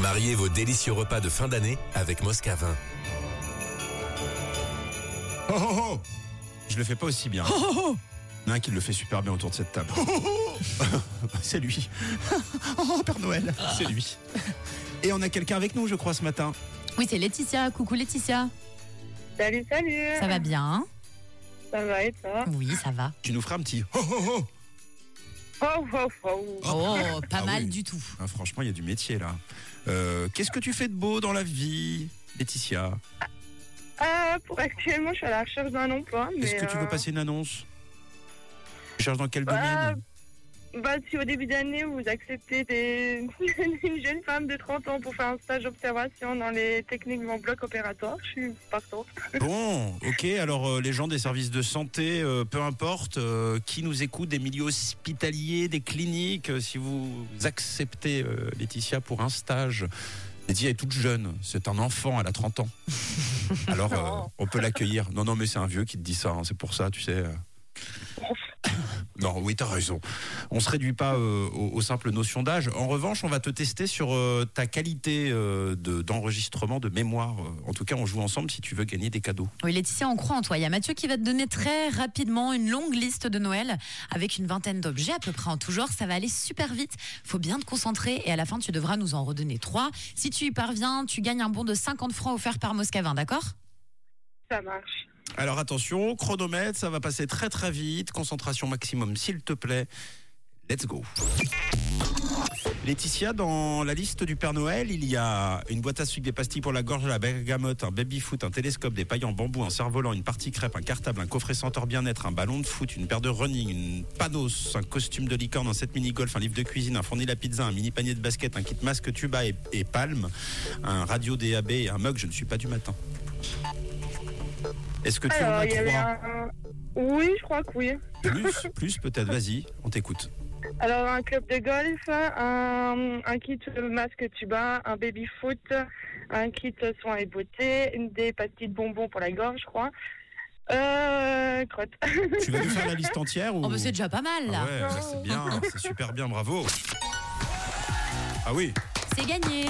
Mariez vos délicieux repas de fin d'année avec Moscavin. Oh oh oh Je le fais pas aussi bien. Oh, oh, Il y en a un qui le fait super bien autour de cette table. C'est lui. Oh, Père Noël. C'est lui. Et on a quelqu'un avec nous, je crois, ce matin. oh. Oui, c'est Laetitia. Coucou Laetitia. Salut, salut. Ça va bien Mm. hein Ça va et toi Oui, ça va. Tu nous feras un petit. Oh, oh, oh. Oh, oh, oh. Oh, pas Ah mal oui. du tout. Ah, franchement, il y a du métier là. Euh, Qu'est-ce que tu fais de beau dans la vie, Laetitia Ah, pour actuellement, je suis à la recherche d'un emploi. Est-ce mais, que tu veux euh, passer une annonce Tu cherches dans quel bah, domaine bah, si au début d'année, vous acceptez des... une jeune femme de 30 ans pour faire un stage d'observation dans les techniques en bloc opératoire, je suis partante. Bon, ok, alors euh, les gens des services de santé, euh, peu importe, euh, qui nous écoute, des milieux hospitaliers, des cliniques, euh, si vous acceptez euh, Laetitia pour un stage, Laetitia est toute jeune, c'est un enfant, elle a 30 ans. Alors euh, Non. on peut l'accueillir. Non, non, mais c'est un vieux qui te dit ça, hein, c'est pour ça, tu sais. euh. Non, oui, t'as raison. On se réduit pas euh, aux, aux simples notions d'âge. En revanche, on va te tester sur euh, ta qualité euh, de- d'enregistrement, de, mémoire. Euh, En tout cas, on joue ensemble si tu veux gagner des cadeaux. Oui, Laetitia, on croit en toi. Il y a Mathieu qui va te donner très rapidement une longue liste de Noël avec une vingtaine d'objets à peu près en tout genre. Ça va aller super vite. Faut bien te concentrer et à la fin, tu devras nous en redonner trois. Si tu y parviens, tu gagnes un bon de 50 francs offert par Moscavin, d'accord Ça marche. Alors attention, chronomètre, ça va passer très très vite. Concentration maximum, s'il te plaît. Let's go. Laetitia, dans la liste du Père Noël, il y a une boîte à sucre, des pastilles pour la gorge, la bergamote, un baby-foot, un télescope, des pailles en bambou, un cerf-volant, une partie crêpe, un cartable, un coffret senteur bien-être, un ballon de foot, une paire de running, une panos, un costume de licorne, un set mini-golf, un livre de cuisine, un fournil à pizza, un mini panier de basket, un kit masque tuba et, et palme, un radio DAB et un mug, je ne suis pas du matin. Est-ce que tu en Alors, as il y avait trois un... Oui, je crois que oui. Plus, plus peut-être, vas-y, on t'écoute. Alors, un club de golf, un, un kit masque tuba, un baby foot, un kit soins et beauté, une des pastilles de bonbons pour la gorge, je crois. Euh, crotte. Tu vas nous faire la liste entière ou... Oh, bah, c'est déjà pas mal là. Ah ouais, bah, c'est bien, c'est super bien, bravo. Ah oui, C'est gagné.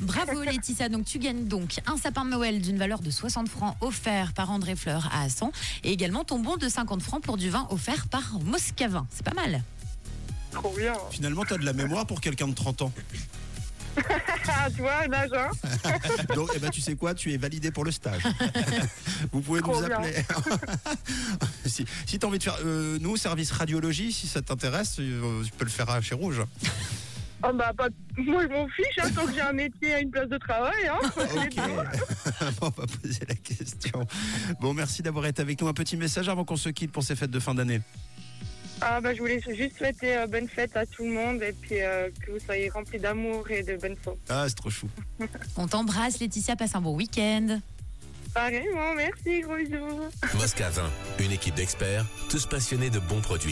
Bravo Laetitia, donc tu gagnes donc un sapin de Noël d'une valeur de 60 francs offert par André Fleur à Asson et également ton bon de 50 francs pour du vin offert par Moscavin. C'est pas mal. Trop bien. finalement, t'as de la mémoire pour quelqu'un de 30 ans. Ah, tu vois, là, genre, Donc, eh ben, tu sais quoi, tu es validé pour le stage. Vous pouvez nous Trop bien. appeler. si si t'as envie de faire, euh, nous, service radiologie, si ça t'intéresse, euh, tu peux le faire à chez Rouge. oh, bah, pas- moi, je m'en fiche, hein, tant que j'ai un métier à une place de travail. Hein. Ok. On va poser la question. Bon, merci d'avoir été avec nous. Un petit message avant qu'on se quitte pour ces fêtes de fin d'année. Ah, bah, je voulais juste souhaiter euh, bonne fête à tout le monde et puis euh, que vous soyez remplis d'amour et de bonne foi. Ah, c'est trop chou. On t'embrasse Laetitia, passe un bon week-end. Pareillement, hein. merci, gros bisous. Moscavin, une équipe d'experts, tous passionnés de bons produits.